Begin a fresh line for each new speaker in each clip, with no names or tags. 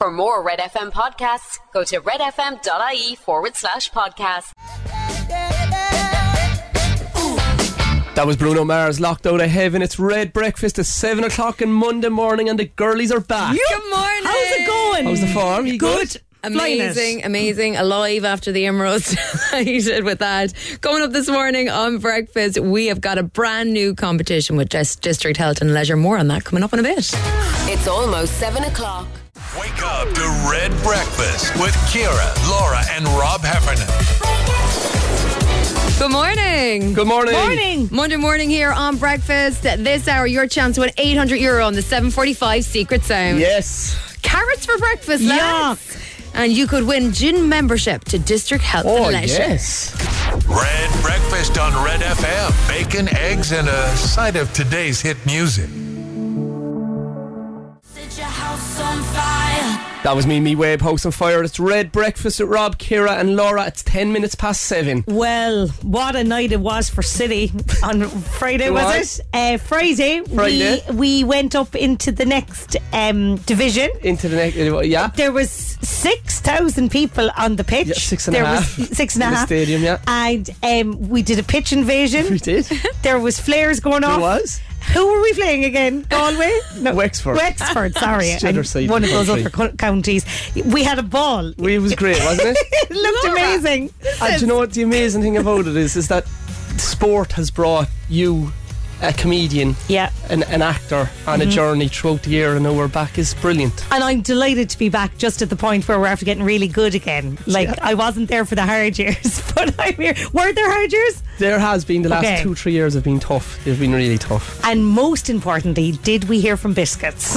For more Red FM podcasts, go to redfm.ie forward slash podcast.
That was Bruno Mars locked out of heaven. It's red breakfast at seven o'clock on Monday morning, and the girlies are back.
Good morning.
How's it going?
How's the farm? You
Good.
Amazing, amazing, alive after the Emeralds. Delighted with that. Coming up this morning on breakfast, we have got a brand new competition with Dis- District Health and Leisure. More on that coming up in a bit.
It's almost seven o'clock.
Wake up to Red Breakfast with Kira, Laura, and Rob Heffernan.
Good morning.
Good morning.
Morning.
Monday morning here on breakfast. This hour, your chance to win 800 euro on the 745 Secret Sound.
Yes.
Carrots for breakfast, lads. And you could win gym membership to District Health
Oh
and Leisure.
yes.
Red Breakfast on Red FM. Bacon, eggs, and a side of today's hit music.
That was me, me web house on fire. It's red breakfast at Rob, Kira, and Laura. It's ten minutes past seven.
Well, what a night it was for City on Friday, was
was.
it? Uh, Friday,
Friday.
We, we went up into the next um, division.
Into the next, uh, yeah.
There was six thousand people on the pitch.
Yeah, six and a
there
half.
was six and a
In the
half.
stadium, yeah.
And um, we did a pitch invasion.
We did.
There was flares going
There
off.
was.
Who were we playing again? Galway? No.
Wexford.
Wexford, sorry.
It's the other
I'm
side of
one
the
of those
country.
other co- counties. We had a ball.
We- It was great, wasn't it?
It looked
Laura.
amazing.
And do you know what the amazing thing about it is? Is that sport has brought you, a comedian,
Yeah.
an, an actor, on a
Mm-hmm.
journey throughout the year, and now we're back. is brilliant.
And I'm delighted to be back just at the point where we're after getting really good again. Like, I wasn't there for the hard years, but I'm here. Were there hard years?
There has been the last
Okay.
two, three years have been tough. They've been really tough.
And most importantly, did we hear from Biscuits?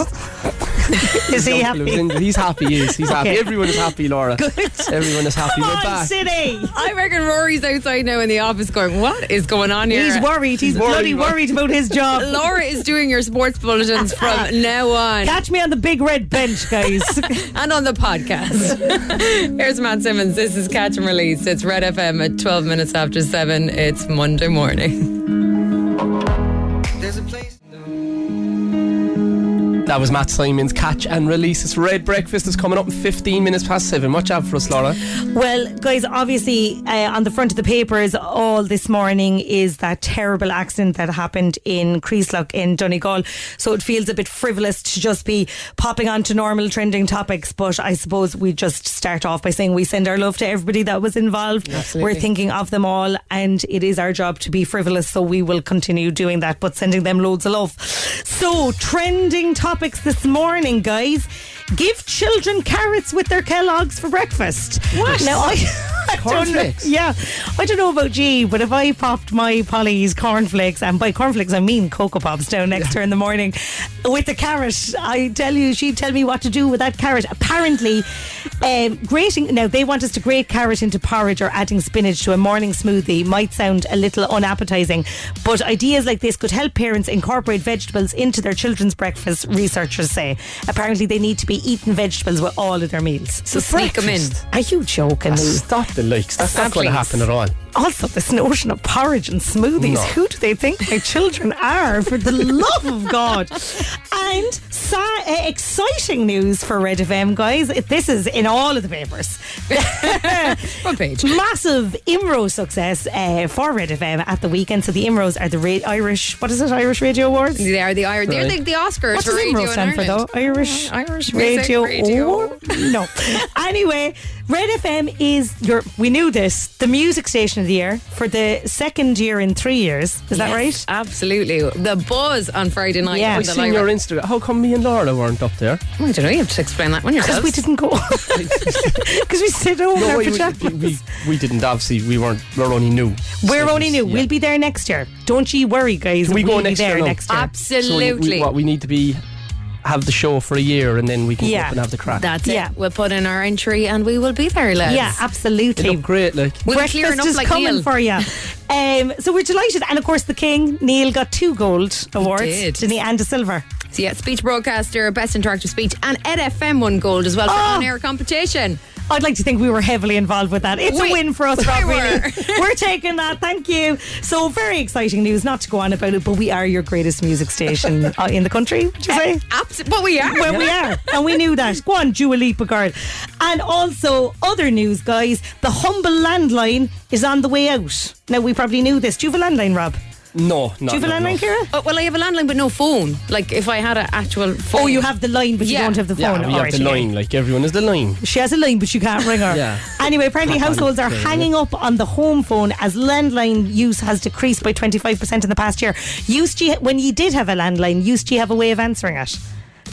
Is he happy?
He's happy. He is. He's happy.
Okay.
Everyone is happy, Laura. Everyone is happy.
Come
We're
on,
back.
City!
I reckon Rory's outside now in the office going, What is going on here?
He's worried. He's bloody worried about his job.
Laura is doing your sports bulletins from now on
Catch me on the big red bench, guys.
and on the podcast. Here's Matt Simmons. This is Catch and Release. It's Red FM at 12 minutes after 7. It's Monday morning.
That was Matt Simon's catch and release. It's Red Breakfast is coming up in 15 minutes past seven. Watch out for us, Laura.
well, guys, obviously, uh, on the front of the papers all this morning is that terrible accident that happened in Creaslock in Donegal. So it feels a bit frivolous to just be popping on to normal trending topics. But I suppose we just start off by saying we send our love to everybody that was involved. We're thinking of them all, and it is our job to be frivolous. So we will continue doing that, but sending them loads of love. So, trending topics this morning, guys. Give children carrots with their Kellogg's for breakfast. What? Now, I, I don't know.
Cornflakes?
Yeah. I don't know about you, but if I popped my Polly's cornflakes, and by cornflakes I mean Cocoa Pops down next to her in the morning with the carrot, I tell you, she'd tell me what to do with that carrot. Apparently, um, grating, now they want us to grate carrot into porridge or adding spinach to a morning smoothie might sound a little unappetizing, but ideas like this could help parents incorporate vegetables into their children's breakfast, researchers say. Apparently, they need to be eating vegetables with all of their meals.
So sneak 'em in.
Are you joking me?
Stop the leaks. That's not
Stop
going to
leaks.
happen at all.
Also, this notion of porridge and smoothies.
No.
Who do they think my children are, for the love of God? And so, uh, exciting news for Red FM, guys. It- This is in all of the papers.
Front page.
Massive Imro success uh, for Red FM at the weekend. So, the Imros are the ra- Irish, what is it, Irish Radio Awards?
They are the Irish. They're
Right.
like the Oscars
What
for
does
radio
IMRO
in
stand for though?
Ireland.
Irish,
Uh, Irish Music
Radio,
Radio.
Award? No. anyway, Red FM is your. We knew this. The music station of the year for the second year in three years. Is that
Yes, Uh,
right?
Absolutely. The buzz on Friday night.
Yeah.
with
I've
the
seen
Lyra-
your Instagram. How come me and Laura weren't up there?
Oh, I don't know. You have to explain that one
Because
yourself.
we didn't go. Because we stayed home in
No,
our
we, we,
pajamas.
we, we didn't. Obviously, we weren't. We're only new.
We're
So
only
it's-
new.
yeah.
We'll be there next year. Don't you worry, guys.
Can we go
we'll
next
be
year
there
now?
next year.
So we-
Absolutely.
we, what we need to be have the show for a year, and then we can go
Yeah.
up and have the crack.
That's
Yeah.
it. We'll put in our entry and we will be there, lads.
Yeah,
it
absolutely.
looked great. Like
We'll be clearing
Breakfast
up
is
like
coming
Neil.
for you. Um, so we're delighted, and of course, the King Neil got two gold awards,
did.
didn't he? And a silver.
So yeah, speech broadcaster, best interactive speech, and Ed FM won gold as well for
Oh.
on-air competition.
I'd like to think we were heavily involved with that. It's
We-
a win for us,
we
Rob.
were.
Really. we're taking that. Thank you. So very exciting news. Not to go on about it, but we are your greatest music station uh, in the country. Would you
Eh,
say?
Abs- but we are.
Well, we are, and we knew that. Go on, Dua Lipa girl. And also, other news, guys. The humble landline is on the way out. Now, we probably knew this. Do you have a landline, Rob?
No, no.
Do you have
no,
a
no.
landline, Kira?
Oh, well, I have a landline, but no phone. Like, if I had an actual phone.
Oh, you have the line, but
Yeah.
you don't have the
Yeah,
phone.
we have
Oh, Alright,
the
okay.
line. Like everyone is the line.
She has a line, but you can't ring her.
Yeah.
Anyway, apparently households are hanging up on the home phone as landline use has decreased by 25% in the past year. Used you, when you did have a landline, used you have a way of answering it?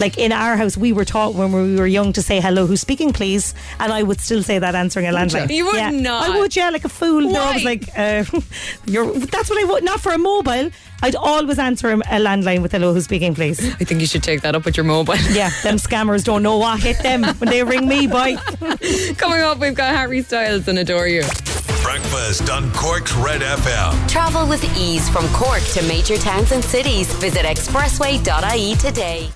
Like in our house, we were taught when we were young to say hello, who's speaking, please, and I would still say that answering a landline.
You would
yeah.
not.
I would, yeah, like a fool. No, I was
Why?
like, uh, you're. That's what I would. Not for a mobile. I'd always answer a landline with hello, who's speaking, please.
I think you should take that up with your mobile.
Yeah, them scammers don't know what hit them when they ring me, boy.
Coming up, we've got Harry Styles and Adore You.
Breakfast on Cork's Red FM.
Travel with ease from Cork to major towns and cities. Visit expressway.ie today.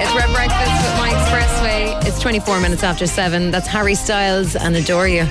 It's Red Breakfast with My Expressway. It's 24 minutes after 7. That's Harry Styles and Adore You.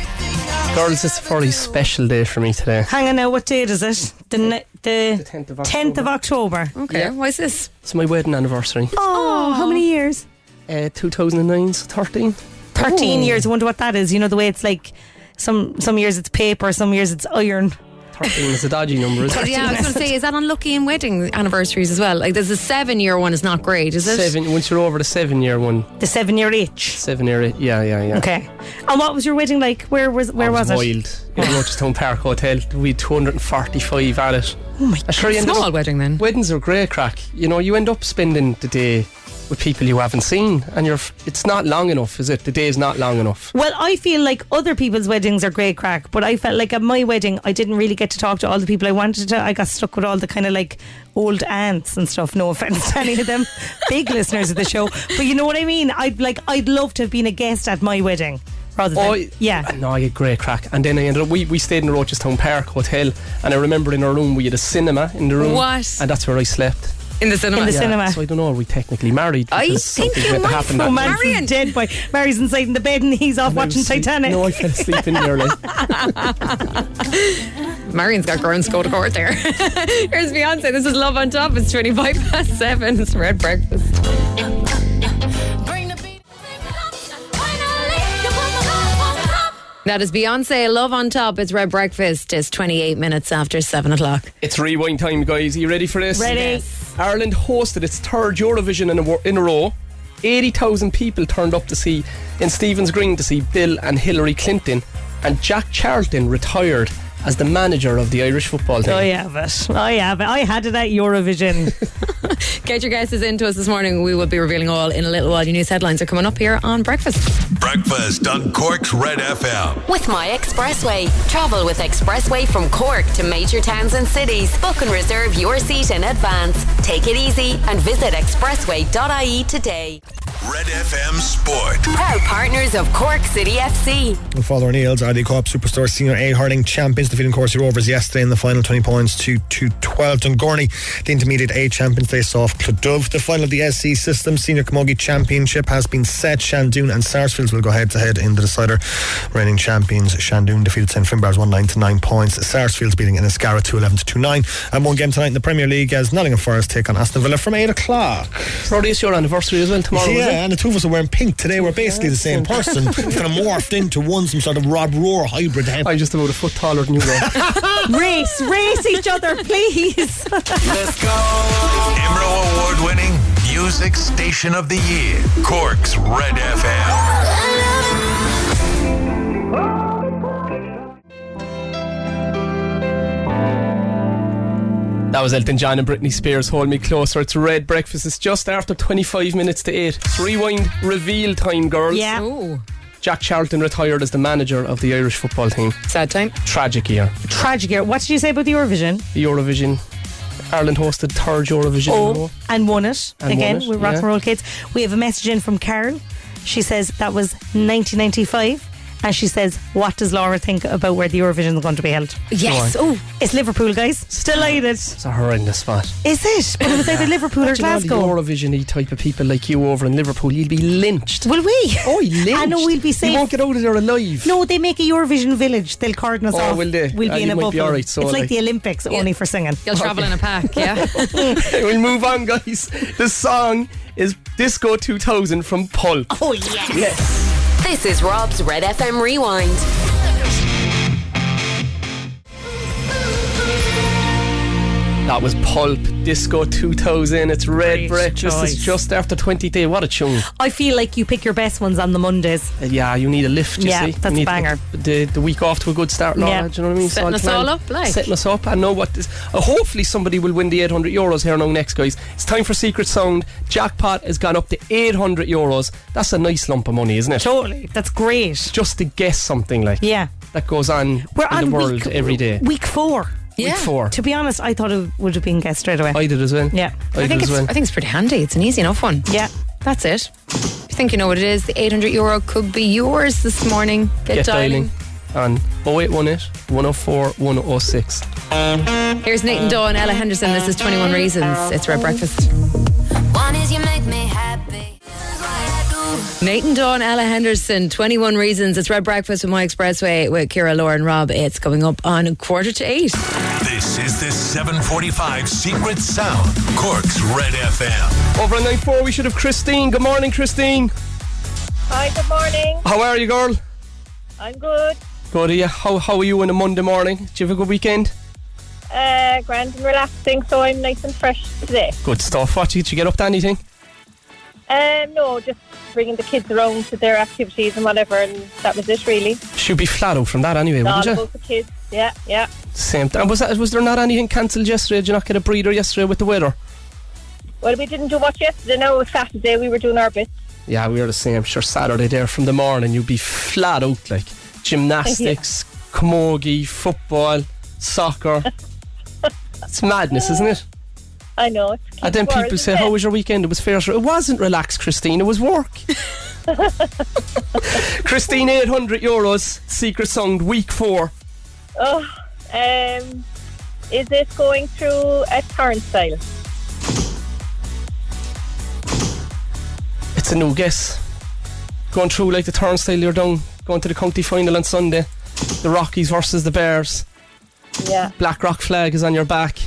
Girls, it's a very special day for me today.
Hang on now, what date is it? The, ne- the,
10th of
10th of October.
Okay, why is this?
It's my wedding anniversary.
Oh, how many years?
Uh, 2009, so 13.
13 years. I wonder what that is. You know, the way it's like some some years it's paper, some years it's iron.
13 is a dodgy number, isn't it?
Yeah, I was going to say, is that unlucky in wedding anniversaries as well? Like, there's a seven year one, is not great, is it?
Seven, once you're over the seven year one,
The seven year itch.
seven year, eight, yeah, yeah, yeah.
Okay. And what was your wedding like? Where was where
I
was, it?
wild. In Rochestone Park Hotel, we had 245 at it. Oh my god.
Small wedding then.
Weddings are great crack. You know, you end up spending the day with people you haven't seen, and you're f- it's not long enough, is it? The day is not long enough.
Well, I feel like other people's weddings are great crack, but I felt like at my wedding, I didn't really get to talk to all the people I wanted to. I got stuck with all the kind of like old aunts and stuff. No offense to any of them, big listeners of the show, but you know what I mean. I'd like, I'd love to have been a guest at my wedding rather than,
I-
yeah.
Ah, No, Oh, I had great crack. And then I ended up, we, we stayed in the Rochestown Park Hotel, and I remember in our room we had a cinema in the room.
What?
And that's where I slept.
In the cinema.
In the cinema.
So I don't know, are we technically married?
I
Because
think
something
you
went to
might
happen
Oh,
that night.
man,
Marion.
she's dead boy. Mary's inside in the bed and he's off
And I
watching
was sleep-
Titanic.
No, I fell asleep in there. Like.
Marion's got grounds to go to court there. Here's Beyonce. This is Love on Top. It's 25 past 7. It's Red Breakfast. That is Beyonce, Love on Top. It's Red Breakfast. It's 28 minutes after 7 o'clock.
It's rewind time, guys. Are you ready for this?
Ready.
Ireland hosted its third Eurovision in a, wo- in a row. 80,000 people turned up to see in Stephen's Green to see Bill and Hillary Clinton, and Jack Charlton retired as the manager of the Irish football team.
I have it. I have it. I had it at Eurovision.
Get your guesses into us this morning. We will be revealing all in a little while. Your news headlines are coming up here on Breakfast.
Breakfast on Cork's Red FM.
With My Expressway. Travel with Expressway from Cork to major towns and cities. Book and reserve your seat in advance. Take it easy and visit expressway.ie today.
Red FM Sport.
Proud partners of Cork City FC.
Father O'Neill's are the co-op superstore senior A hurling champions defeating Corsi Rovers yesterday in the final 20 points to 212 Dungorney the intermediate A champions they saw off Clodove the final of the SC system senior Camogie championship has been set Shandoon and Sarsfields will go head to head in the decider reigning champions Shandoon defeated St Finbar's 1-9 to 9 points Sarsfields beating Enniscarra 2-11 to 2-9 and one game tonight in the Premier League as Nottingham Forest take on Aston Villa from 8 o'clock
Probably it's your anniversary as well tomorrow,
yeah,
is it?
and the two of us are wearing pink today. We're basically the same person. kind of morphed into one, some sort of Rob Roar hybrid. hen.
I'm just about a foot taller than you are.
race, race each other, please.
Let's go. Imro award winning music station of the year. Cork's Red FM.
that was Elton John and Britney Spears. Hold me closer. It's Red Breakfast. It's just after 25 minutes to 8. It's rewind reveal time, girls.
yeah.
Ooh,
Jack Charlton retired as the manager of the Irish football team.
sad time.
Tragic year.
Tragic year. What did you say about the Eurovision?
the Eurovision. Ireland hosted third Eurovision.
Oh.
in a row.
and won it.
And
Again,
won it,
we're rock
yeah.
and roll kids. We have a message in from Carol. She says that was 1995 and she says, What does Laura think about where the Eurovision is going to be held?
Yes. Oh,
It's Liverpool, guys. Still delighted.
It's a horrendous spot.
Is it? But it was either Liverpool or
Imagine all the
Glasgow.
Eurovision-y type of people like you over in Liverpool, you'll be lynched.
Will we?
Oh, lynched.
I know we'll be
You won't
safe.
get out of there alive.
No, they make a Eurovision village. They'll cordon us
Oh,
off.
will they?
We'll
Ah,
be in
you
a
might
bubble.
be all right, so
it's
will
like
they.
the Olympics, only for singing.
you'll travel in a pack. Yeah.
we'll move on, guys. The song is Disco 2000 from Pulp.
Oh, yes.
This is Rob's Red FM Rewind.
That was Pulp, Disco 2000. It's Red
Great
Breakfast. It's
choice.
just after 20T. What a tune.
I feel like you pick your best ones on the Mondays.
Uh, Yeah, you need a lift, you
Yeah,
see.
that's
you
a
need to
banger.
get The, the week off to a good start, Laura.
Yeah.
Do you know what I mean?
Setting
Solid
us all
plan.
up, like.
Setting us up. I know what this. Uh, hopefully, somebody will win the 800 euros here now, next, guys. It's time for Secret Sound. Jackpot has gone up to 800 euros. That's a nice lump of money, isn't it?
Totally. That's great.
Just to guess something like
Yeah.
that goes on
We're
in
on
the world
week,
every day.
Week four.
yeah.
Week four.
To be honest, I thought it would have been guessed straight away.
I did as well.
Yeah.
I,
I
did
think
as
it's.
well.
I think it's pretty handy. It's an easy enough one.
yeah.
That's it. If you think you know what it is, the 800 euro could be yours this morning. Get,
Get
dialing.
dialing on 0818 104 106.
Here's Nathan Daw and Ella Henderson. This is 21 Reasons. It's Red Breakfast.
One is you make me happy. This is what I do.
Nathan Dawn, Ella Henderson, 21 Reasons. It's Red Breakfast with My Expressway with Kira, Laura, and Rob. It's going up on quarter to eight.
This is the 745 Secret Sound, Cork's Red FM.
Over on 94, we should have Christine. Good morning, Christine.
Hi, good morning.
How are you, girl?
I'm good.
Good, are you? How, how are you on a Monday morning? Did you have a good weekend?
Uh, grand and relaxing, so I'm nice and fresh today.
Good stuff. What, did you get up to anything?
Um, no, just bringing the kids around to their activities and whatever, and that was it really.
Should be flat out from that anyway,
All
wouldn't you?
about the kids. Yeah, yeah.
Same. Th- and was, that, was there not anything cancelled yesterday? Did you not get a breather yesterday with the weather?
Well, we didn't do much yesterday. No, it was Saturday. We were doing our bit.
Yeah, we were the same. Sure, Saturday there from the morning, you'd be flat out like gymnastics, camogie, football, soccer. it's madness, isn't it?
I know. It's kids'
And then
world,
people say,
isn't
How
it?
was your weekend? It was fair. It wasn't relaxed, Christine. It was work. Christine, 800 euros, Secret Song, week four.
Oh, um, is this going through a turnstile?
It's a no guess. Going through like the turnstile you're down, going to the county final on Sunday. The Rockies versus the Bears.
Yeah.
Black Rock flag is on your back.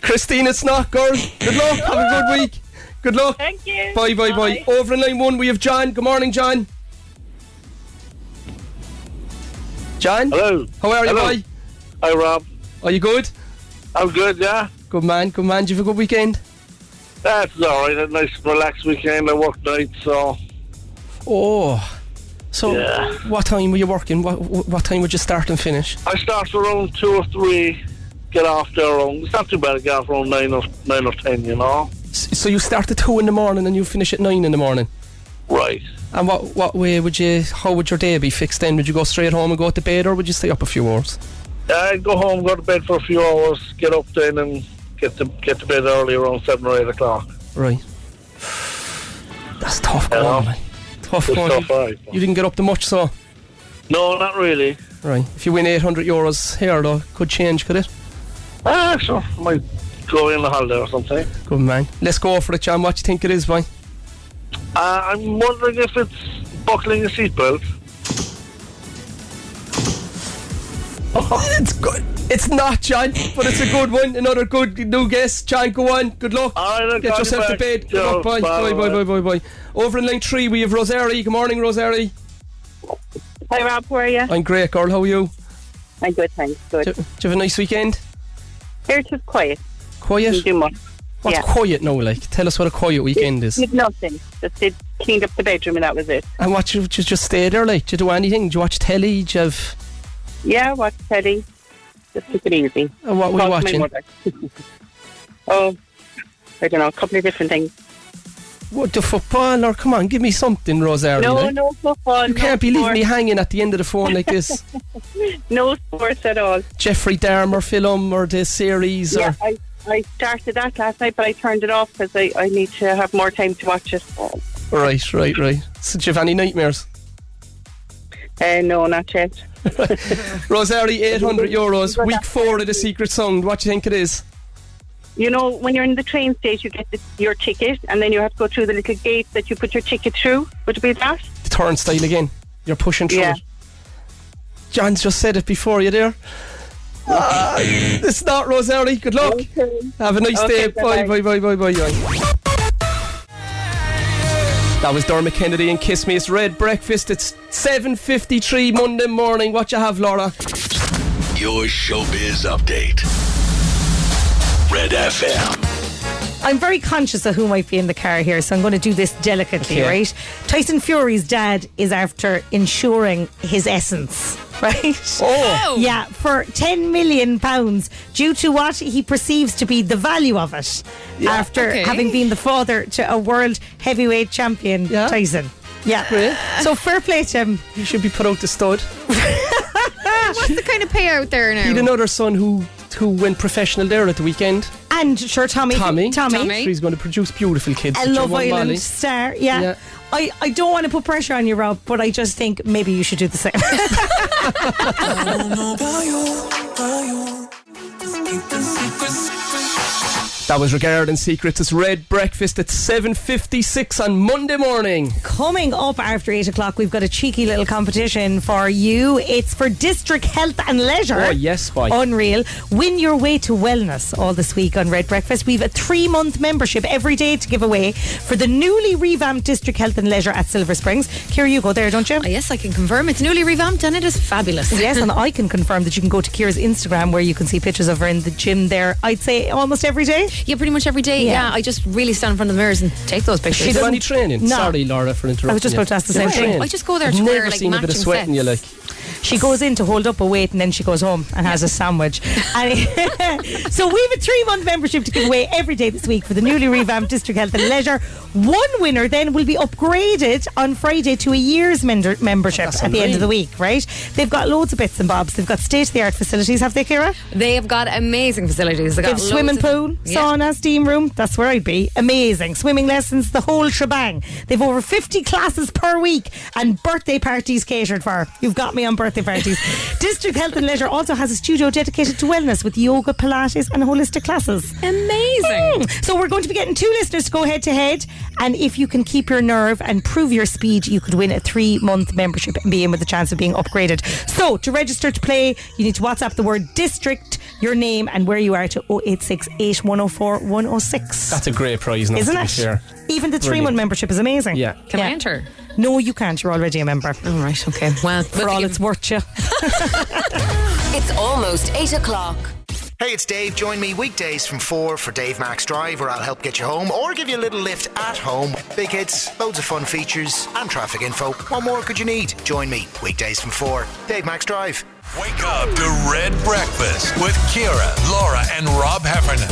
Christine, it's not, girl. Good luck. Have a good week. Good luck.
Thank you.
Bye, bye, bye. Over in line one, we have John. Good morning, John. John?
Hello.
How are you,
Hello.
boy?
Hi, Rob.
Are you good?
I'm good, yeah?
Good man, good man. Did you have a good weekend?
That's all right. A nice, relaxed weekend. I work night, so.
Oh. So,
Yeah.
what time were you working? What, what what time would you start and finish?
I start around 2 or 3, get off there around. It's not too bad to get off around 9 or, nine or 10, you know?
S- So, you start at 2 in the morning and you finish at 9 in the morning.
Right.
And what, what way would you, how would your day be fixed then? Would you go straight home and go to bed or would you stay up a few hours?
I go home, go to bed for a few hours, get up then and get to, get to bed early around 7 or 8 o'clock.
Right. That's tough
Yeah.
going, man. Tough
It's
going.
tough, all right.
You didn't get up to much, so.
No, not really.
Right. If you win 800 euros here, though, could change, could it?
Ah, sure. I might go in the holiday or something.
Good man. Let's go for it, John. What do you think it is, boy?
Uh, I'm wondering if it's buckling a seatbelt.
Oh, It's good. It's not, John, but it's a good one. Another good new guess. John, go on. Good luck.
All right, I'll
Get
call you
yourself to
back.
bed. Good
Ciao.
luck. Bye. Bye,
Bye,
bye, bye,
bye.
bye, bye. Over in line three, we have Rosary. Good morning, Rosary.
Hi, Rob. How are you?
I'm great, girl. How are you?
I'm good, thanks.
Do,
Good.
do you have a nice weekend?
Here, just quiet.
Quiet?
much.
What's
yeah.
quiet now like? Tell us what a quiet weekend is.
Did nothing. Just did cleaned up the bedroom and that was it.
And what you just, just stay there like? Do you do anything? Do you watch telly? Do you have.
Yeah, watch telly. Just keep it easy.
uh, What were you
Talk to my
watching?
mother. oh, I don't know, a couple of different things.
What the football? Or come on, give me something, Rosary.
No,
like.
no football.
You
no
can't be leaving me
sports,
hanging at the end of the phone like this.
No sports at all.
Jeffrey Dahmer film or the series
Yeah,
or
I, I started that last night, but I turned it off because I, I need to have more time to watch it. Uh,
right, right, right. So do you have any nightmares?
Uh, no, not yet.
Rosari, 800 euros. Week four of The Secret Sound. What do you think it is?
You know, when you're in the train stage, you get the, your ticket, and then you have to go through the little gate that you put your ticket through. Would it be that?
The turnstile again. You're pushing through
Yeah.
it. John's just said it before. You there? Ah, it's not Rosari. Good luck. Have a nice
Okay,
day. Bye, bye,
bye-bye.
bye, bye, bye, bye. That was Dermot Kennedy and Kiss Me. It's Red Breakfast. It's 7.53 Monday morning. What you have, Laura?
Your showbiz update. Red FM.
I'm very conscious of who might be in the car here, so I'm going to do this delicately,
Okay.
right? Tyson Fury's dad is after insuring his essence, right?
Oh.
Yeah, for 10 million pounds due to what he perceives to be the value of it after
okay.
having been the father to a world heavyweight champion,
Yeah.
Tyson. Yeah. So fair play to him.
He should be put out the stud.
What's the kind of payout there now?
He had another son who who went professional there at the weekend.
And sure, Tommy.
Tommy.
Tommy.
Tommy.
So he's going to produce beautiful kids.
A
which are
Love
one
Island
volley.
star. Yeah.
Yeah.
I, I don't want to put pressure on you, Rob, but I just think maybe you should do the same.
That was regarding secrets. It's Red Breakfast at 7.56 on Monday morning.
Coming up after eight o'clock, we've got a cheeky little competition for you. It's for District Health and Leisure.
Oh, yes, boy.
Unreal. Win your way to wellness all this week on Red Breakfast. We've a three month membership every day to give away for the newly revamped District Health and Leisure at Silver Springs. Kira, you go there, don't you?
Oh, yes, I can confirm. It's newly revamped and it is fabulous.
Yes, and I can confirm that you can go to Kira's Instagram where you can see pictures of her in the gym there, I'd say almost every day.
Yeah, pretty much every day.
Yeah.
Yeah. I just really stand in front of the mirrors and take those pictures.
She do any training?
No.
Sorry, Laura, for interrupting.
I was just
you.
about to ask the
Do you
same
train?
thing.
I just go there
I've
to
never
wear, like,
seen a bit of
matching
sweat in you, like.
sets.
She goes in to hold up a weight and then she goes home and has a sandwich. And so we have a three month membership to give away every day this week for the newly revamped District Health and Leisure. One winner then will be upgraded on Friday to a year's mender- membership at the end of the week, right? They've got loads of bits and bobs. They've got state of the art facilities, have they, Kira?
They have got amazing facilities. They've
They
got
have swimming
loads of-
pool,
Yeah.
sauna, steam room. That's where I'd be. Amazing. Swimming lessons, the whole shebang. They've over 50 classes per week and birthday parties catered for. You've got me on birthday parties. District Health and Leisure also has a studio dedicated to wellness with yoga, Pilates, and holistic classes.
Amazing.
Mm. So we're going to be getting two listeners to go head to head. And if you can keep your nerve and prove your speed, you could win a three month membership and be in with the chance of being upgraded. So to register to play, you need to WhatsApp the word district, your name, and where you are to 086 8104 106.
That's a great prize, now,
Isn't
to be
it?
fair.
Even the three month membership is amazing.
Yeah.
Can I
Yeah.
enter?
No, you can't. You're already a member.
All right. Okay. Well,
For all it's worth, you.
It's almost 8 o'clock.
Hey, it's Dave. Join me weekdays from 4 for Dave Max Drive, where I'll help get you home or give you a little lift at home. Big hits, loads of fun features, and traffic info. What more could you need? Join me weekdays from 4. Dave Max Drive.
Wake up to Red Breakfast with Kira, Laura, and Rob Heffernan.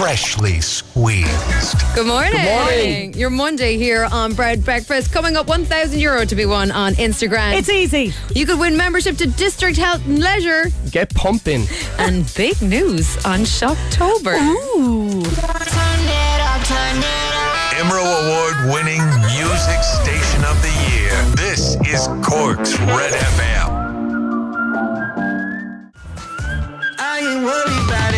Freshly squeezed.
Good morning. Good morning. Your Monday here on Bread Breakfast. Coming up, 1,000 euro to be won on Instagram.
It's easy.
you could win membership to District Health and Leisure.
Get pumping.
and big news on Shocktober.
Emerald Award winning music station of the year. This is Cork's Red FM.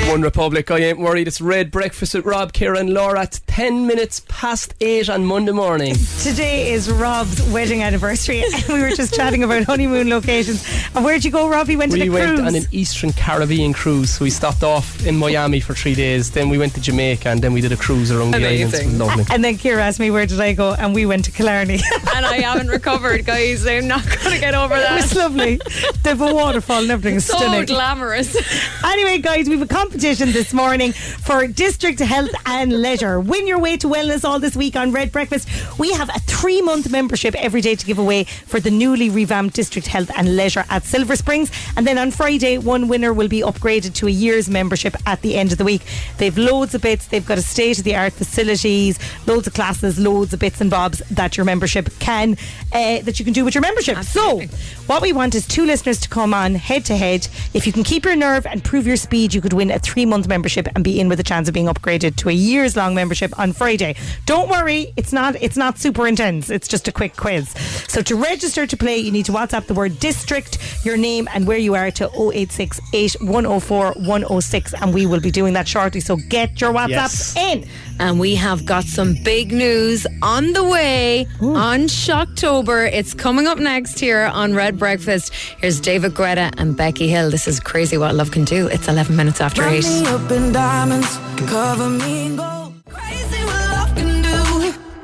One Republic, I ain't worried. It's Red Breakfast with Rob, Kira, and Laura. It's 10 minutes past 8 on Monday morning.
Today is Rob's wedding anniversary. and we were just chatting about honeymoon locations. And where'd you go, Rob? You went to
We
the
went
cruise.
on an Eastern Caribbean cruise. We stopped off in Miami for three days. Then we went to Jamaica and then we did a cruise around the
Amazing.
islands. Lovely.
And then Kira asked me, Where did I go? And we went to Killarney. it
and I haven't recovered, guys. I'm not going to get over
was
that.
lovely. They've a waterfall and everything is
So
stunning.
glamorous.
Anyway, guys, we have a competition this morning for District Health and Leisure. Win your way to wellness all this week on Red Breakfast. We have a three month membership every day to give away for the newly revamped District Health and Leisure at Silver Springs. And then on Friday, one winner will be upgraded to a year's membership at the end of the week. They've loads of bits, they've got a state of the art facilities, loads of classes, loads of bits and bobs that your membership can, uh, that you can do with your membership. So, what we want is two listeners to come on head to head. If you can keep your nerve and prove your speed, you could win a three month membership and be in with a chance of being upgraded to a years long membership on Friday. Don't worry, it's not it's not super intense. It's just a quick quiz. So to register to play, you need to WhatsApp the word district, your name, and where you are to 086 104 106, and we will be doing that shortly. So get your WhatsApps in.
And we have got some big news on the way on Shocktober. It's coming up next here on Red Breakfast. Here's David Greta and Becky Hill. This is crazy what love can do. It's 11 minutes after 8.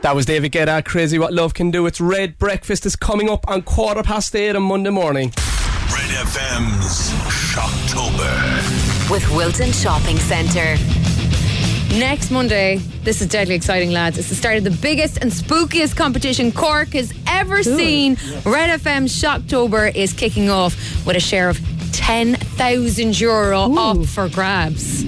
That was David Guetta, Crazy What Love Can Do. It's Red Breakfast is coming up on quarter past eight on Monday morning.
Red FM's Shocktober.
With Wilton Shopping Centre.
Next Monday, this is deadly exciting, lads. It's the start of the biggest and spookiest competition Cork has ever seen. Red FM Shocktober is kicking off with a share of 10,000 euro up for grabs.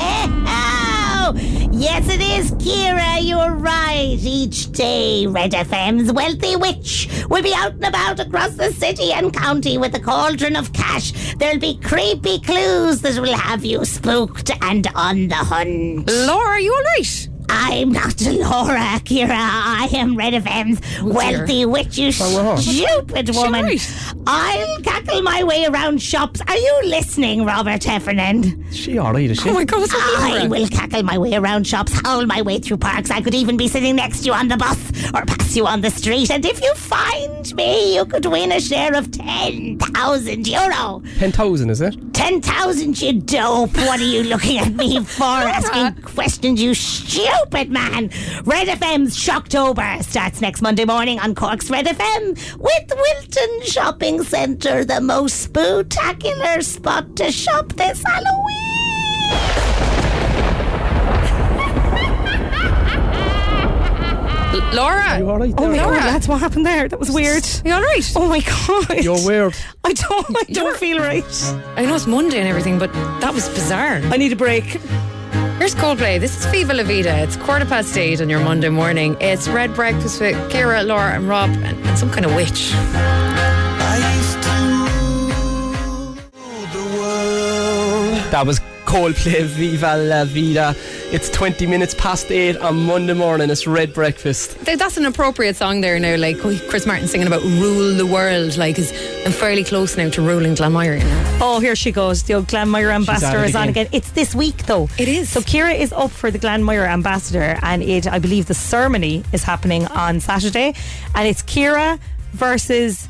Oh, yes, it is, Kira. You're right. Each day, Red FM's wealthy witch will be out and about across the city and county with a cauldron of cash. There'll be creepy clues that will have you spooked and on the hunt.
Laura, you all right?
I'm not Laura, Kira. I am Red FM's
Oh,
wealthy witch, you stupid woman.
uh-huh. right?
I'll cackle my way around shops. Are you listening, Robert Heffernan?
Is she alright, is she?
Oh my God, what's up,
I
Laura?
will cackle my way around shops, howl my way through parks. I could even be sitting next to you on the bus or pass you on the street. And if you find me, you could win a share of 10,000 euro.
10,000, is it?
10,000, you dope. What are you looking at me for? Asking questions, you stupid man. Red FM's Shocktober starts next Monday morning on Cork's Red FM with Wilton Shopping Centre, the most spectacular spot to shop this Halloween.
Laura,
You alright
Oh
there?
my God,
Laura.
that's what happened there. That was weird.
you all right?
Oh my God.
You're weird.
I don't, I
You're-
don't feel right.
I know it's Monday and everything, but that was bizarre.
I need a break.
Here's Coldplay. This is Viva La Vida. It's quarter past eight on your Monday morning. It's Red Breakfast with Kira, Laura, and Rob, and, and some kind of witch.
That was Coldplay Viva La Vida. It's 20 minutes past 8 on Monday morning. It's Red Breakfast.
Th- That's an appropriate song there now. Like oh, Chris Martin singing about rule the world. Like, is I'm fairly close now to ruling Glenmire. You know?
Oh, here she goes. The old Glanmire ambassador
at it
is on
again.
again. It's this week, though.
It is.
So Kira is up for the Glanmire ambassador, and it, I believe, the ceremony is happening on Saturday, and it's Kira versus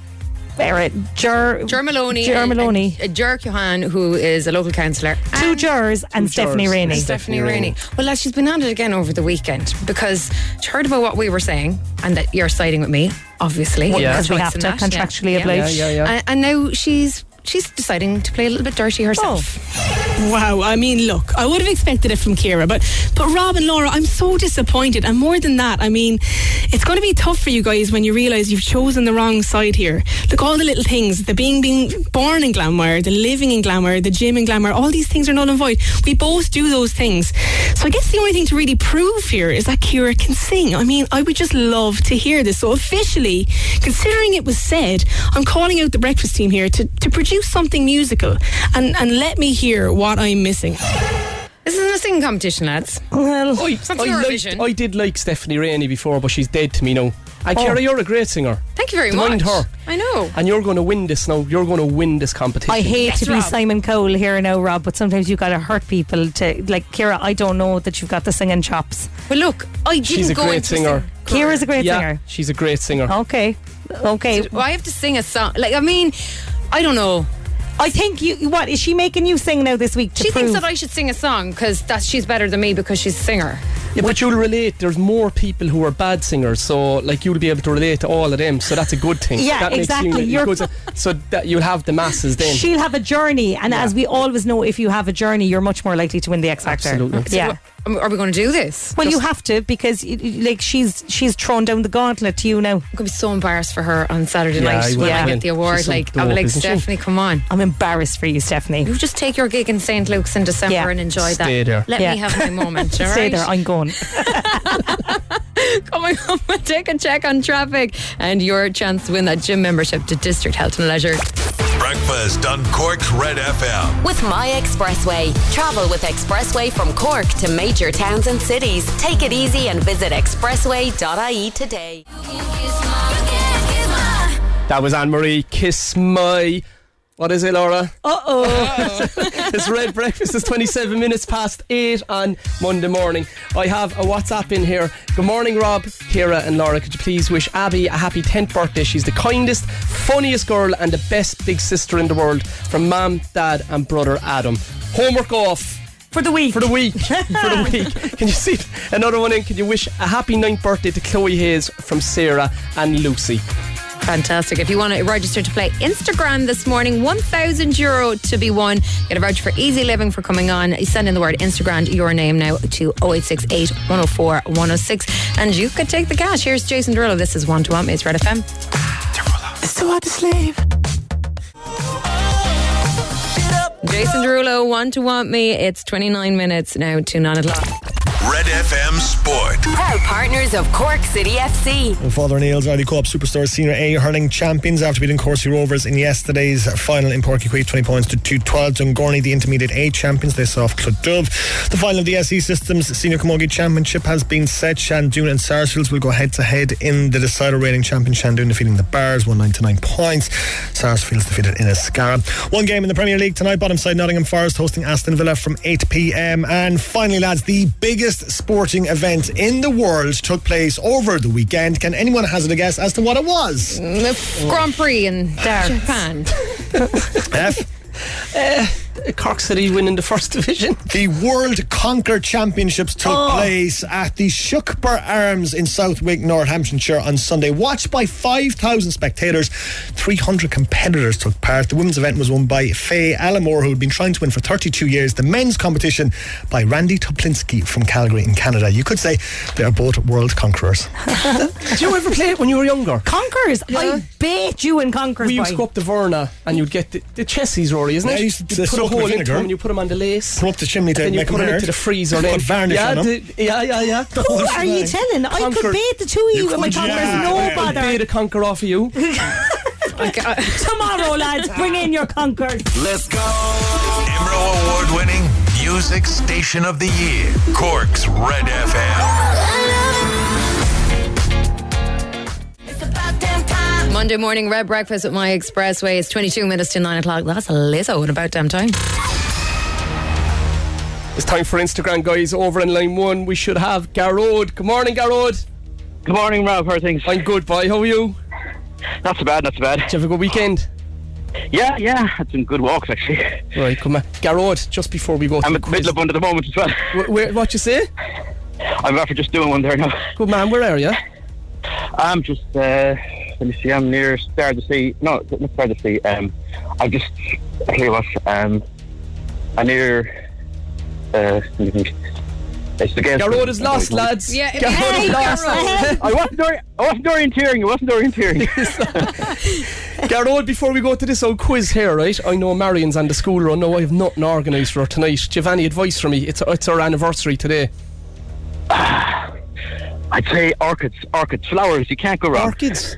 Vera, Jer,
Jer Maloney,
Jer
and-
Maloney.
and, uh, Jer Johan, who is a local councillor,
two jurors and Stephanie
jurors.
Rainey.
Stephanie Rooney. Well, lads, she's been on it again over the weekend because she heard about what we were saying and that you're siding with me, obviously.
Yeah.
because we
rights
have
and
to,
that,
contractually obliged.
Yeah, yeah, yeah.
And, and now she's she's deciding to play a little bit dirty
Oh.
herself.
Wow, I mean, look, I would have expected it from Kira, but but Rob and Laura, I'm so disappointed. And more than that, I mean, it's going to be tough for you guys when you realise you've chosen the wrong side here. Look, all the little things, the being being born in Glamour, the living in Glamour, the gym in Glamour, all these things are null and void. We both do those things. So I guess the only thing to really prove here is that Kira can sing. I mean, I would just love to hear this. So officially, considering it was said, I'm calling out the breakfast team here to, to produce something musical and, and let me hear what I'm missing.
This isn't a singing competition, lads.
Well,
I,
It's not
I
Eurovision.
liked- I did like Stephanie Rainey before, but she's dead to me now. And Kira, you're a great singer.
Thank you very
Don't mind
much.
her.
I know.
And you're going to win this now. You're going to win this competition.
Oh. I hate
Yes,
to be
Rob.
Simon Cole here now, Rob, but sometimes you got to hurt people to like Kira. I don't know that you've got the singing chops.
Well, look, I didn't
She's a
go
great
into
singer.
singing
Kira's a great
yeah,
singer.
she's a great singer.
Okay, okay.
Well, I have to sing a song. Like, I mean, I don't know.
I think you. What is she making you sing now this week? To
She thinks
prove-
that I should sing a song because that she's better than me because she's a singer.
Yeah, but you'll relate. There's more people who are bad singers, so like you'll be able to relate to all of them. So that's a good thing.
Yeah,
that makes
exactly.
You, a
You're-
good sing- so that you'll have the masses then.
She'll have a journey, and as we always know, if you have a journey, you're much more likely to win the X Factor.
Absolutely.
Yeah.
Um, Are we going to do this?
well, you have to because y- y- like she's she's thrown down the gauntlet to you now.
I'm going to be so embarrassed for her on Saturday
Yeah, I
night when I
will.
get the award.
She's so
Like, I'm
dope,
like,
isn't she?
Stephanie, come on.
I'm embarrassed for you, Stephanie.
You just take your gig in St. Luke's in December
Yeah.
and enjoy
Stay
that.
there.
Let
Yeah.
me have my moment. all
Stay
right?
there. I'm going.
Coming up, we'll take a check on traffic and your chance to win that gym membership to District Health and Leisure.
Breakfast on Cork's Red FM.
With My Expressway, travel with Expressway from Cork to major towns and cities. Take it easy and visit expressway.ie today.
That was Anne Marie. Kiss my. What is it, Laura?
Uh oh.
it's Red Breakfast. It's 27 minutes past 8 on Monday morning. I have a WhatsApp in here. Good morning, Rob, Kira, and Laura. Could you please wish Abby a happy 10th birthday? She's the kindest, funniest girl, and the best big sister in the world from mum, dad, and brother Adam. Homework off.
For the week.
For the week. For the week. Can you see another one in? Can you wish a happy ninth birthday to Chloe Hayes from Sarah and Lucy?
Fantastic. If you want to register to play Instagram this morning, 1,000 euro to be won. Get a voucher for Easy Living for coming on. You send in the word Instagram, your name now to 0868 104 106. And you could take the cash. Here's Jason Derulo. This is One to One. It's Red FM.
It's too hard to sleep.
Jason Derulo, One to Want Me. It's 29 minutes now to 9 o'clock.
Red FM Sport.
Proud partners of Cork City FC.
And Father Neil's Riley Co-op Superstore Senior A hurling champions after beating Corsi Rovers in yesterday's final in Porky 20 points to 212. Dungorney, the intermediate A champions, they saw off Cludove. The final of the SE Systems Senior Camogie Championship has been set. Shandoon and Sarsfields will go head to head in the decider reigning champion. Shandoon defeating the Bears 199 points. Sarsfields defeated in Scarab. One game in the Premier League tonight. Bottom side Nottingham Forest hosting Aston Villa from 8 p.m. And finally, lads, the biggest sporting event in the world took place over the weekend. Can anyone hazard a guess as to what it was?
Grand Prix in Japan.
F.
Uh, Cork City winning the first division.
The World Conquer Championships took
Oh.
place at the Shookbar Arms in Southwick, Northamptonshire on Sunday. Watched by 5,000 spectators, 300 competitors took part. The women's event was won by Faye Allamore, who had been trying to win for 32 years. The men's competition by Randy Toplinski from Calgary in Canada. You could say they are both world conquerors.
Did you ever play it when you were younger?
Conquers. I bet you in Conquers.
We
boy.
used to go up to Verna and you'd get the, the chessies, Rory, isn't
Yeah,
it?
I used to
You'd
soak
put a hole
them in
into
vinegar.
them and you put them on the lace.
Come up the chimney to
and then you
make
put
them
them
hard.
into the freezer.
Put
then-
varnish
yeah,
on 'em.
the- yeah, yeah, yeah.
Who are you telling? I could
Conquer-
bait the two of you,
You
with my
could,
Conquers.
yeah.
no
I could
bother.
bait a Conquer off of you.
Tomorrow, lads, bring in your Conquers.
Let's go. Imro award winning music station of the year. Cork's Red FM.
Monday morning, red breakfast at my expressway. It's 22 minutes to 9 o'clock. That's a Lizzo at about damn time.
It's time for Instagram, guys. Over in line one, we should have Garrod. Good morning, Garrod. Good morning, Rob. How are things? I'm good, boy. How are you?
Not so bad, not so bad. Did
you have a good weekend?
Yeah, yeah, had some good walks actually.
Right, come on. Garrod, just before we go
I'm
to
at middle of under the moment as well.
Where, what you say?
I'm after just doing one there now.
Good man, where are you?
I'm just, uh, let me see, I'm near Star of the Sea. No, not Star of the Sea. Um, I'm just, I tell you what, um, I'm near, uh, let me think. It's the
Your road is lost, lads.
Yeah,
Your road is lost.
I wasn't, ori- I wasn't orienteering. I wasn't orienteering.
Garrod, before we go to this old quiz here, right? I know Marion's on the school run. No, I have nothing organised for her tonight. Do you have any advice for me? It's, it's our anniversary today.
I'd say orchids, orchids, flowers. You can't go wrong. Orchids.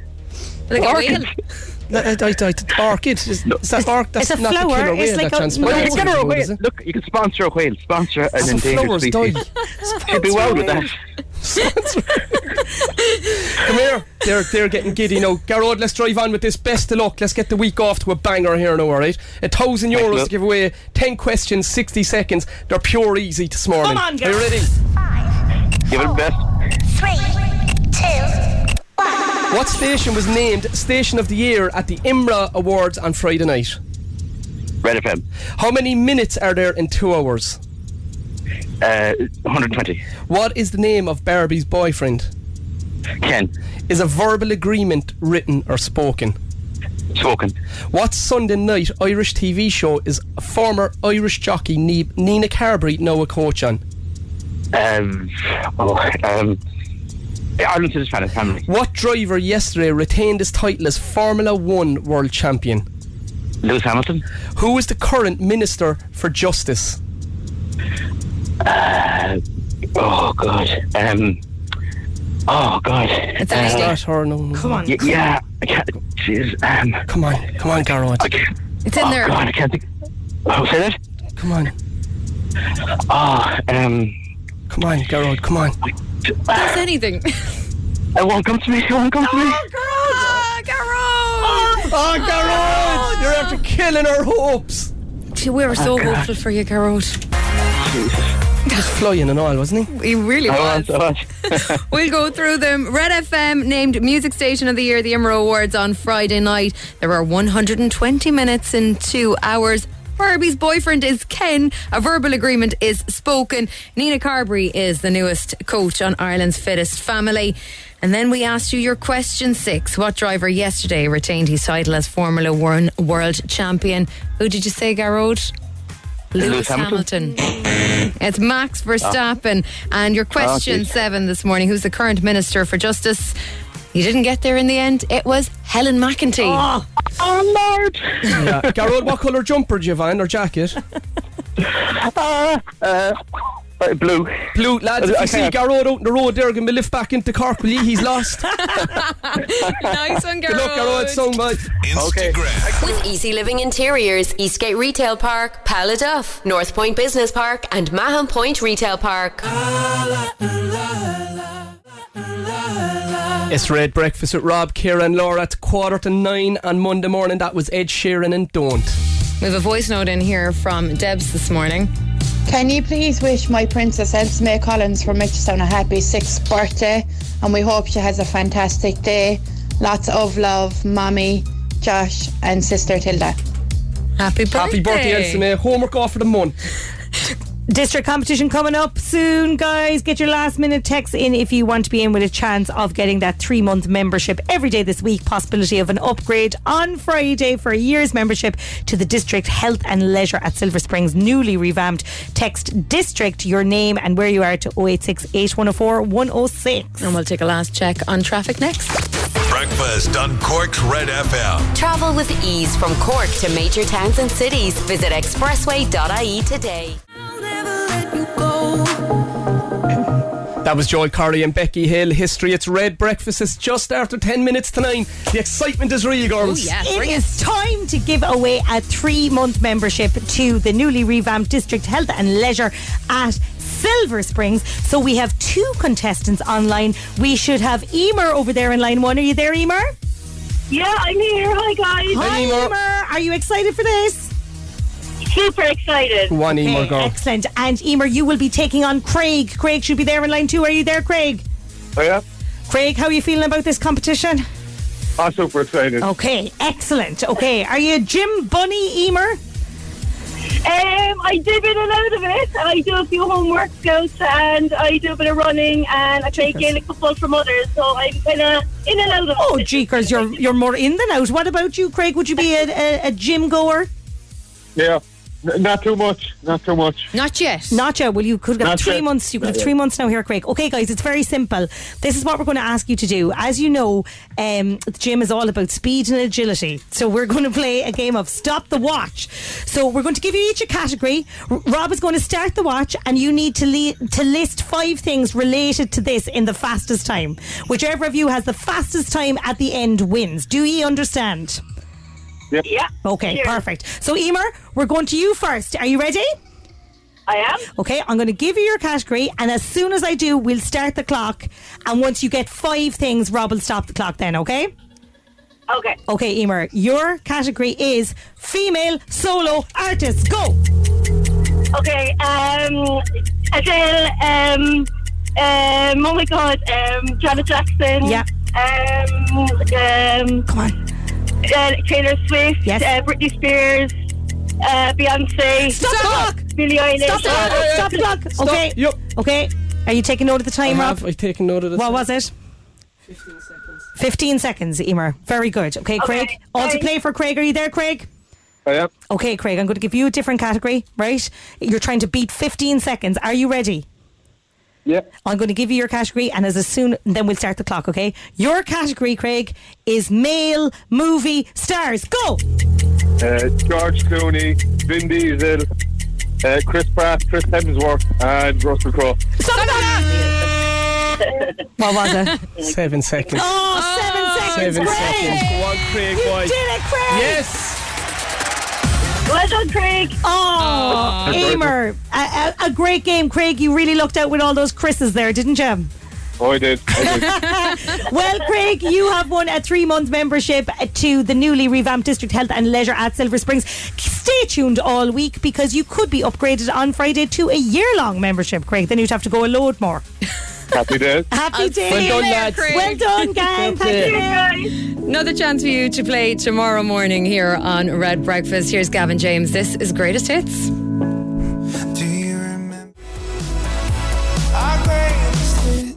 Like a whale.
No, I- I- I- Orchid? Is, is that orc? That's
it's a
not the
flower.
killer
It's
whale
like
that
a-
transpires
No, it's
into
killer
the wood,
whale.
is it?
Look, you can sponsor a whale. Sponsor an
That's a
endangered
flower's
species.
dog.
You'd be well with that.
Come here. They're, they're getting giddy now. Garrod, let's drive on with this. Best of luck. Let's get the week off to a banger here now, all right? A thousand
Thanks,
euros
Will.
to give away. Ten questions, 60 seconds. They're pure easy this morning.
Come on,
Are you
Garrod.
ready?
Give it best.
What station was named Station of the Year at the IMRA Awards on Friday night?
Red FM.
How many minutes are there in two hours?
Uh, 120.
What is the name of Barbie's boyfriend?
Ken.
Is a verbal agreement written or spoken?
Spoken.
What Sunday night Irish TV show is former Irish jockey Ne- Nina Carberry now a coach on?
Um, oh, um, Ireland to the Spanish family.
What driver yesterday retained his title as Formula One world champion?
Lewis Hamilton.
Who is the current Minister for Justice?
Uh, oh, God. Um, Oh God!
It's actually- Not her, no, no. Come on.
Y- yeah, I can't. Jeez. Um,
come on, come on, Garrod.
It's in
oh,
there.
God, I can't think. Oh, say that.
Come on.
Ah, um.
Come on, Garrod. Come on.
That's anything.
It won't oh, come to me. It won't come to me.
Ah, Oh,
Garrod! Oh, Garrod! You're after killing our hopes.
Gee, We were so
Oh, God.
hopeful for you, Garrod.
He was flying and all, wasn't he?
He really
Oh,
was. We'll go through them. Red FM named Music Station of the Year, the Imro Awards on Friday night. There are 120 minutes in two hours. Herbie's boyfriend is Ken. A verbal agreement is spoken. Nina Carberry is the newest coach on Ireland's fittest family. And then we asked you your question six. What driver yesterday retained his title as Formula One world champion? Who did you say, Garrod?
Lewis
Lewis Hamilton.
Hamilton.
It's Max Verstappen. And your question
Oh, geez.
seven this morning who's the current Minister for Justice? You didn't get there in the end. It was Helen McEntee. Oh,
Lord.
yeah. Garrod, what colour jumper do you have on or jacket?
Uh, uh, blue.
Blue, lads, if you see Garrod out on the road there, going to lift back into Cork, will you? He's lost.
nice one,
Good luck, Garrod. Song, mate.
With Easy Living Interiors, Eastgate Retail Park, Paladuff, North Point Business Park, and Mahon Point Retail Park.
It's Red Breakfast with Rob, Kira, and Laura at quarter to nine on Monday morning. That was Ed Sheeran and Don't.
We have a voice note in here from Debs this morning.
Can you please wish my princess Esme Collins from Mitchelstown a happy sixth birthday? And we hope she has a fantastic day. Lots of love, mommy, Josh, and sister Tilda.
Happy birthday.
Happy birthday, Elsa May. Homework off for the month.
District competition coming up soon, guys. Get your last minute text in if you want to be in with a chance of getting that three month membership every day this week. Possibility of an upgrade on Friday for a year's membership to the District Health and Leisure at Silver Springs, newly revamped. Text District, your name, and where you are to 086 8104 106.
And we'll take a last check on traffic next.
Breakfast on Cork's Red FM.
Travel with ease from Cork to major towns and cities. Visit expressway.ie today.
That was Joel Curry and Becky Hill. History. It's Red Breakfast. It's just after 10 minutes to nine. The excitement is real, girls.
it is time to give away a three month membership to the newly revamped District Health and Leisure at Silver Springs. So we have two contestants online. We should have Emer over there in line one. Are you there, Emer?
Yeah, I'm here. Hi, guys.
Hi,
Hi, Emer.
Emer. Are you excited for this?
Super excited.
Go on, Emer, go.
Excellent. And Emer, you will be taking on Craig. Craig should be there in line two. Are you there, Craig?
Oh, yeah?
Craig, how are you feeling about this competition?
I'm super excited.
Oh.
Okay, excellent. Okay, are you a Jim Bunny, Emer?
Um, I do a bit of load of it. I do a few home workouts and I do a bit of running and I play Gaelic football from others. So I'm kind of in and out of
Oh, jeekers, you're you're more in than out. What about you, Craig? Would you be a, a, a gym goer?
Yeah. N- not too much. Not too much.
Not yet.
Not yet. Well, you could have
Not
three
yet.
months. You could
Not
have
yet.
three months now here, Craig. Okay, guys, it's very simple. This is what we're going to ask you to do. As you know, um, the gym is all about speed and agility. So we're going to play a game of stop the watch. So we're going to give you each a category. R- Rob is going to start the watch, and you need to le- to list five things related to this in the fastest time. Whichever of you has the fastest time at the end wins. Do ye understand?
Yeah.
Okay,
Sure.
perfect. So, Emer, we're going to you first. Are you ready?
I am.
Okay, I'm going to give you your category, and as soon as I do, we'll start the clock. And once you get five things, Rob will stop the clock then, okay?
Okay.
Okay, Emer, your category is female solo artist. Go!
Okay. Um, Adele. Um, um, oh my God. Um, Janet Jackson.
Yeah.
Um, um,
Come on.
Uh, Taylor Swift.
Yes.
Uh, Britney Spears. Uh, Beyonce.
Stop the clock!
Billie Eilish.
Stop the clock! Stop the clock! Okay.
Yep.
Okay. Are you taking note of the time,
I
Rob?
have. I've taken note of this.
What was it? 15 seconds, Emer. Very good. Okay, Craig. All to play for Craig. Are you there, Craig?
I am.
Okay, Craig, I'm going to give you a different category, right? You're trying to beat 15 seconds. Are you ready?
Yeah.
I'm going to give you your category, and as, as soon then we'll start the clock. Okay, your category, Craig, is male movie stars. Go.
Uh, George Clooney, Vin Diesel, uh, Chris Pratt, Chris Hemsworth, and Russell Crowe.
Stop, the clock. What was it?
Seven seconds.
Oh, seven seconds.
Seven
Craig.
seconds. Go on, Craig.
You
Why?
did it, Craig.
Yes.
Well done, Craig. Oh,
Oh.
Emer. A, a, a great game, Craig. You really looked out with all those Chris's there, didn't you?
Oh, I did. I did.
well, Craig, you have won a three month membership to the newly revamped District Health and Leisure at Silver Springs. Stay tuned all week because you could be upgraded on Friday to a year long membership, Craig. Then you'd have to go a load more.
Happy days.
Happy
I'll
days.
see you Well done, later, lads. Craig.
Well done, gang. Thank you.
Another chance for you to play tomorrow morning here on Red Breakfast. Here's Gavin James. This is Greatest Hits.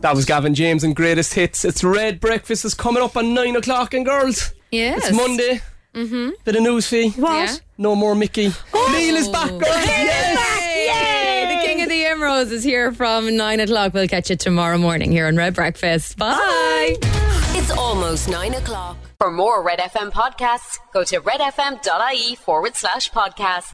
That was Gavin James and Greatest Hits. It's Red Breakfast is coming up at nine o'clock, and girls,
Yes.
it's Monday.
Mm-hmm.
Bit of news for you.
What? Yeah.
No more Mickey. Neil is back, girls. Yes.
Yay! The King of the Emeralds is here from 9 o'clock. We'll catch you tomorrow morning here on Red Breakfast. Bye.
It's almost nine o'clock. For more Red FM podcasts, go to redfm.ie forward slash podcast.